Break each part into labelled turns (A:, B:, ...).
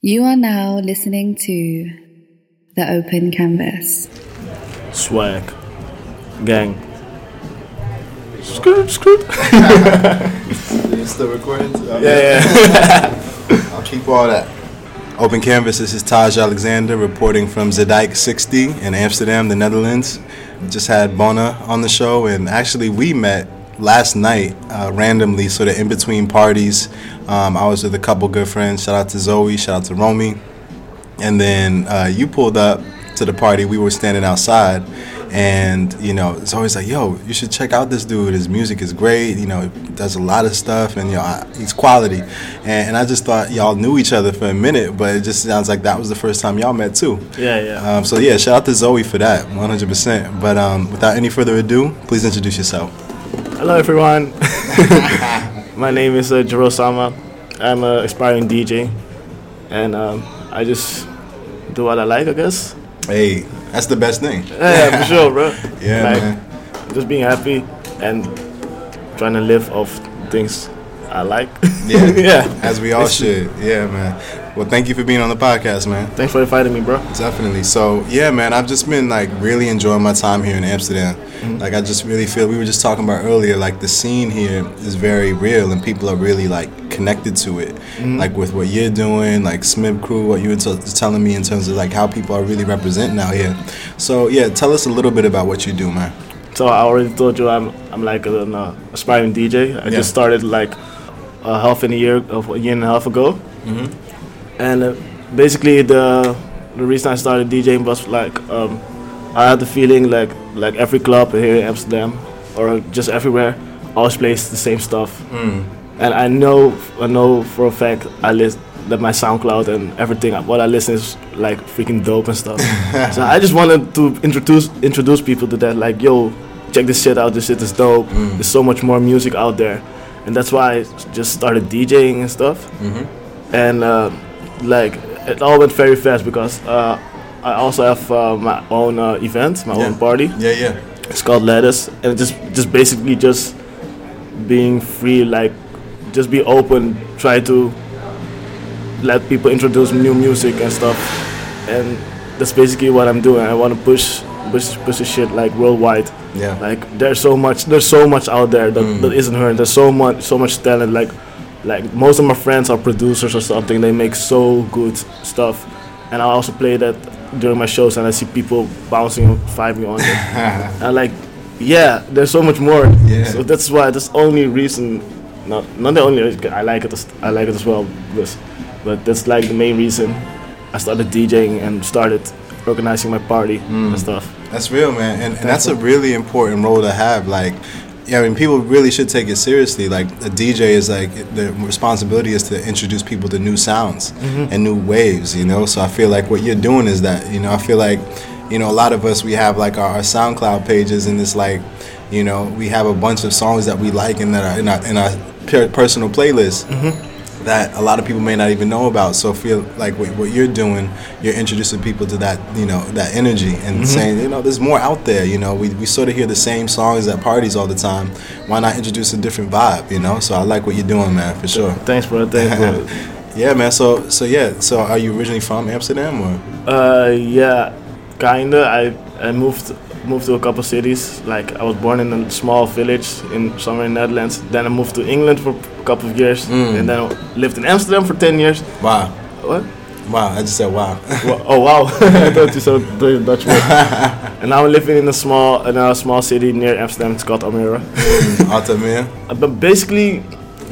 A: You are now listening to The Open Canvas.
B: Swag. Gang. Skirt, skirt.
C: It's still recording? Yeah,
B: Yeah, yeah.
C: I'll keep all that. Open Canvas, this is Taj Alexander reporting from Zedijk 60 in Amsterdam, the Netherlands. Just had Bona on the show, and actually, we met last night uh, randomly, sort of in between parties. Um, I was with a couple good friends. Shout out to Zoe, shout out to Romy. And then uh, you pulled up to the party. We were standing outside, and you know, it's always like, "Yo, you should check out this dude. His music is great. You know, he does a lot of stuff, and you know, I, he's quality." And, and I just thought y'all knew each other for a minute, but it just sounds like that was the first time y'all met too.
B: Yeah, yeah.
C: Um, so yeah, shout out to Zoe for that, 100%. But um, without any further ado, please introduce yourself.
B: Hello, everyone. My name is uh, Jiro Sama. I'm an aspiring DJ, and um, I just do what I like, I guess.
C: Hey, that's the best thing.
B: Yeah, yeah, for sure, bro.
C: Yeah,
B: like,
C: man.
B: Just being happy and trying to live off things I like.
C: Yeah,
B: yeah.
C: As we all should. Yeah, man. Well, thank you for being on the podcast, man.
B: Thanks for inviting me, bro.
C: Definitely. So yeah, man, I've just been like really enjoying my time here in Amsterdam. Like I just really feel we were just talking about earlier, like the scene here is very real and people are really like connected to it. Like with what you're doing, like Smib Crew, what you were t- telling me in terms of like how people are really representing out here. So yeah, tell us a little bit about what you do, man.
B: So I already told you I'm I'm like an uh, aspiring DJ. I just
C: Yeah.
B: started like a half in a year of a year and a half ago, and uh, basically the the reason I started DJing was like um, I had the feeling like like every club here in Amsterdam or just everywhere always plays the same stuff, and I know I know for a fact I list that my SoundCloud and everything what I listen is like freaking dope and stuff. so I just wanted to introduce introduce people to that like yo check this shit out this shit is dope there's so much more music out there and that's why I s- just started DJing and stuff and uh, like it all went very fast because uh, I also have uh, my own uh, event my own
C: Yeah.
B: party
C: Yeah, yeah.
B: it's called lettuce and it just just basically just being free like just be open try to let people introduce new music and stuff and that's basically what i'm doing i want to push push push the shit like worldwide
C: Yeah.
B: like there's so much there's so much out there that, that isn't heard there's so much so much talent like like most of my friends are producers or something they make so good stuff and i also play that during my shows and i see people bouncing and vibing on it and like, yeah, there's so much more.
C: Yeah.
B: So that's why that's the only reason. Not not the only reason, I like it. as- I like it as well, but, but that's like the main reason I started DJing and started organizing my party and stuff.
C: That's real, man, and, and that's a really important role to have. Like, yeah, I mean, people really should take it seriously. Like, a DJ is like the responsibility is to introduce people to new sounds and new waves. You know, so I feel like what you're doing is that. You know, I feel like, you know, a lot of us we have like our, our SoundCloud pages, and it's like, you know, we have a bunch of songs that we like and that are in our in our per- personal playlist that a lot of people may not even know about. So feel like what, what you're doing, you're introducing people to that, you know, that energy and saying, you know, there's more out there. You know, we, we sort of hear the same songs at parties all the time. Why not introduce a different vibe? You know, so I like what you're doing, man, for sure.
B: Thanks, bro. Thanks, bro.
C: yeah, man. So so yeah. So are you originally from Amsterdam or?
B: Uh, yeah, kinda. I I moved moved to a couple cities. Like I was born in a small village in somewhere in Netherlands. Then I moved to England for a couple of years,
C: Mm.
B: and then I lived in Amsterdam for ten years.
C: Wow,
B: What?
C: wow. I just said wow.
B: Wa- oh wow! I thought you said the Dutch word. and now I'm living in a small in a small city near Amsterdam. It's called Almere.
C: Altamir.
B: Uh, but basically,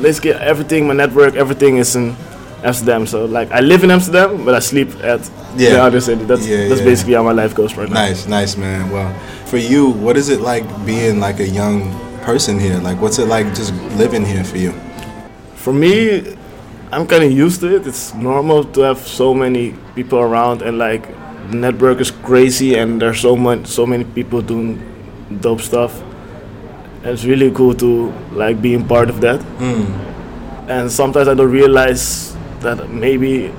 B: let's get everything. My network, everything is in Amsterdam. So like, I live in Amsterdam, but I sleep at the
C: Yeah.
B: other city. That's
C: Yeah,
B: that's
C: yeah.
B: basically how my life goes right now.
C: Nice, nice, man. Well, for you, what is it like being like a young person here? Like, what's it like just living here for you?
B: For me, I'm kind of used to it. It's normal to have so many people around, and like the network is crazy, and there's so much, so many people doing dope stuff. And it's really cool to like being part of that. And sometimes I don't realize that maybe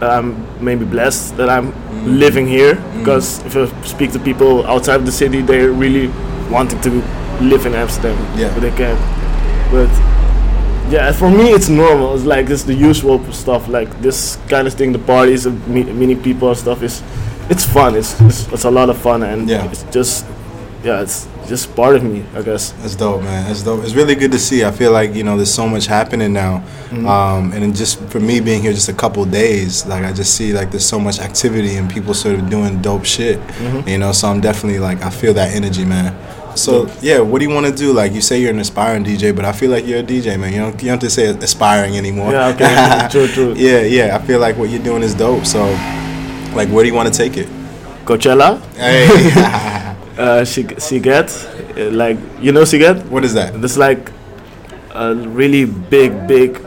B: I'm maybe blessed that I'm living here because if I speak to people outside of the city, they're really wanting to live in Amsterdam,
C: Yeah.
B: but they can't. But Yeah, for me it's normal. It's like it's the usual stuff, like this kind of thing, the parties, of meet, meeting people and stuff. Is it's fun. It's, it's it's a lot of fun, and
C: Yeah.
B: it's just yeah, it's just part of me, I guess.
C: That's dope, man. That's dope. It's really good to see. I feel like you know, there's so much happening now,
B: Mm-hmm.
C: um, and then just for me being here just a couple days, like I just see like there's so much activity and people sort of doing dope shit.
B: Mm-hmm.
C: You know, so I'm definitely like I feel that energy, man. So yeah, what do you want to do? Like you say, you're an aspiring DJ, but I feel like you're a DJ, man. You don't you don't have to say aspiring anymore.
B: Yeah, okay, true, true.
C: yeah, yeah. I feel like what you're doing is dope. So, like, where do you want to take it?
B: Coachella,
C: Hey,
B: uh, Sig- Siget, uh, like you know Siget.
C: what is that?
B: This like a really big, big.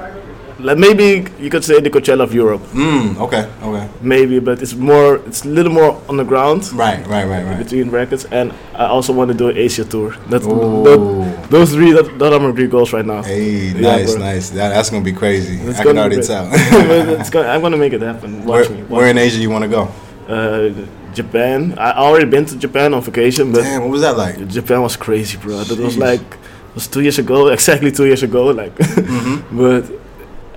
B: Like maybe you could say the Coachella of Europe,
C: Mm, okay, okay.
B: maybe, but it's more, it's a little more on the ground
C: Right, right, right, right.
B: between records. And I also want to do an Asia tour. That's
C: Ooh.
B: tho- those three that, that are my three goals right now.
C: Hey,
B: Yeah,
C: nice,
B: bro.
C: nice. That, that's gonna be crazy.
B: It's
C: I can
B: gonna be great.
C: already tell.
B: It's gonna- I'm gonna make it happen.
C: where,
B: Watch me. watch
C: where in Asia you want to go?
B: me. Uh, Japan. I already been to Japan on vacation, but
C: Damn, what was that like?
B: Japan was crazy, bro. That was
C: Jeez.
B: like it was two years ago, exactly two years ago. Like,
C: Mm-hmm.
B: but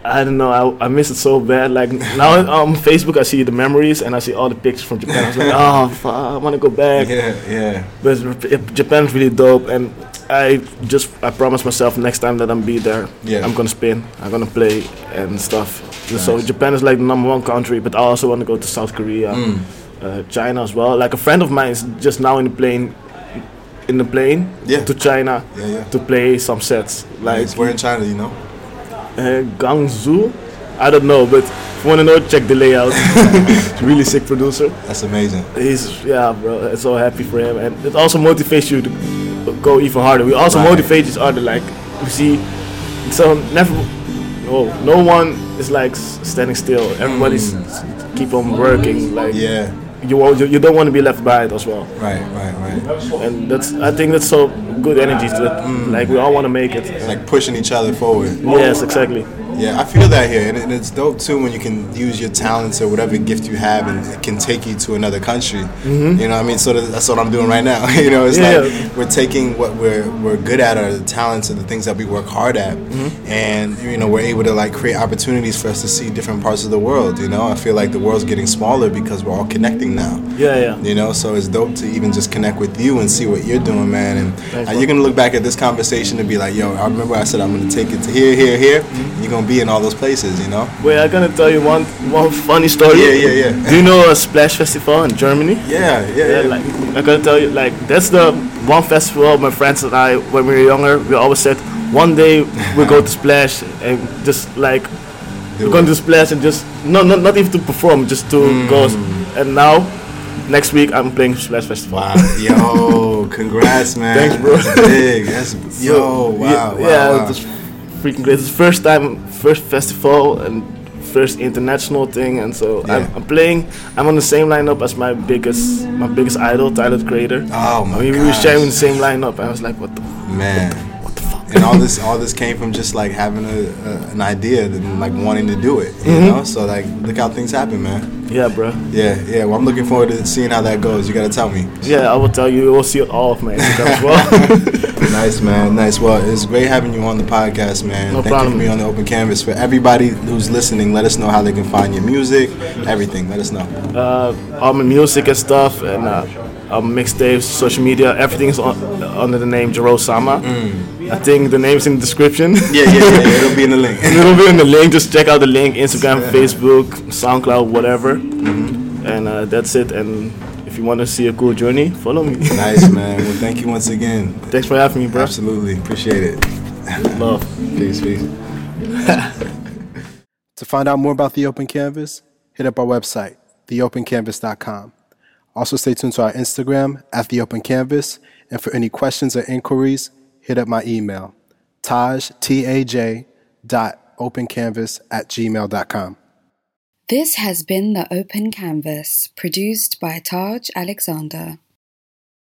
B: I don't know. I, I miss it so bad. Like now on Facebook, I see the memories and I see all the pictures from Japan. I was like, oh, fuck, I want to go back.
C: Yeah, yeah.
B: But Japan Japan's really dope, and I just I promise myself next time that I'm be there,
C: Yeah.
B: I'm gonna spin, I'm gonna play and stuff. So
C: Nice.
B: Japan is like the number one country, but I also want to go to South Korea,
C: Mm.
B: uh, China as well. Like a friend of mine is just now in the plane, in the plane
C: Yeah.
B: to China
C: Yeah, yeah.
B: to play some sets. Like
C: Nice. Where in China, you know?
B: uh, Guangzhou, I don't know, but if you wanna know, check the layout. really sick producer
C: That's amazing.
B: he's yeah, bro. I'm so happy for him, and it also motivates you to go even harder. We also
C: Right.
B: motivate each other, like you see, so never, no, no one is like s- standing still. Everybody's s- keep on working. Like
C: Mm. Yeah.
B: you, wa- you, you don't want to be left behind as well,
C: Right, right, right.
B: and that's I think that's so good energy. That
C: Mm.
B: like we all want to make it.
C: Like pushing each other forward.
B: Yes, exactly.
C: Yeah, I feel that here, and, and it's dope too when you can use your talents or whatever gift you have, and it can take you to another country. You know, what I mean, so that- that's what I'm doing right now. you know, it's
B: Mm-hmm. Yeah.
C: like we're taking what we're we're good at, or the talents, or the things that we work hard at,
B: Mm-hmm.
C: and you know, we're able to like create opportunities for us to see different parts of the world. You know, I feel like the world's getting smaller because we're all connecting now.
B: Yeah, yeah.
C: You know, so it's dope to even just connect with you and see what you're doing, man. And
B: Thanks,
C: uh,
B: bro.
C: you're gonna look back at this conversation and be like, "Yo, I remember I said I'm gonna take it to here, here, here."
B: Mm-hmm.
C: You're gonna be in all those places, you know?
B: Wait, I'm gonna tell you one one funny story.
C: Yeah, yeah, yeah.
B: Do you know a Splash Festival in Germany?
C: Yeah, yeah, yeah.
B: Yeah, like I gotta tell you, like that's the one festival my friends and I, when we were younger, we always said one day we go to Splash and just like
C: Do
B: we're
C: it.
B: going to Splash and just no, not not even to perform, just to go. s- And now, next week I'm playing Splash Festival.
C: Wow, yo, congrats, man.
B: Thanks, bro.
C: That's big. That's
B: So,
C: yo,
B: ye-
C: Oh, wow, wow,
B: yeah,
C: wow.
B: it was freaking great. It's the first time, first festival and first international thing, and so I'm,
C: Yeah.
B: I'm playing. I'm on the same lineup as my biggest, my biggest idol, Tyler the Creator.
C: Oh my
B: we, we were
C: gosh.
B: sharing the same lineup. I was like, what the
C: man. And all this, all this came from just like having a, a an idea and like wanting to do it, you
B: Mm-hmm.
C: know. So like, look how things happen, man.
B: Yeah, bro.
C: Yeah, yeah. Well, I'm looking forward to seeing how that goes. You gotta tell me.
B: Yeah, I will tell you. You will see all of my Instagram as well.
C: Nice man, nice. Well, it's great having you on the podcast, man.
B: No
C: Thank you
B: problem.
C: for being on the open canvas. For everybody who's listening, let us know how they can find your music, everything. Let us know.
B: uh, all my music and stuff, and uh, uh, mixtapes, social media, everything's on, under the name Jero Sama. I think the name's in the description.
C: Mm. Yeah, yeah, yeah. yeah. It'll be in the link.
B: And it'll be in the link. Just check out the link: Instagram, Facebook, SoundCloud, whatever. And uh, that's it. And if you want to see a cool journey, follow me.
C: nice man. Well, thank you once again.
B: Thanks for having me, bro.
C: Absolutely appreciate it.
B: Love.
C: Peace, peace. to find out more about the Open Canvas, hit up our website, theopencanvas.com. Also, stay tuned to our Instagram at the Open Canvas, and for any questions or inquiries, hit up my email, Taj T A J dot opencanvas at gmail.com.
A: This has been The Open Canvas, produced by Taj Alexander.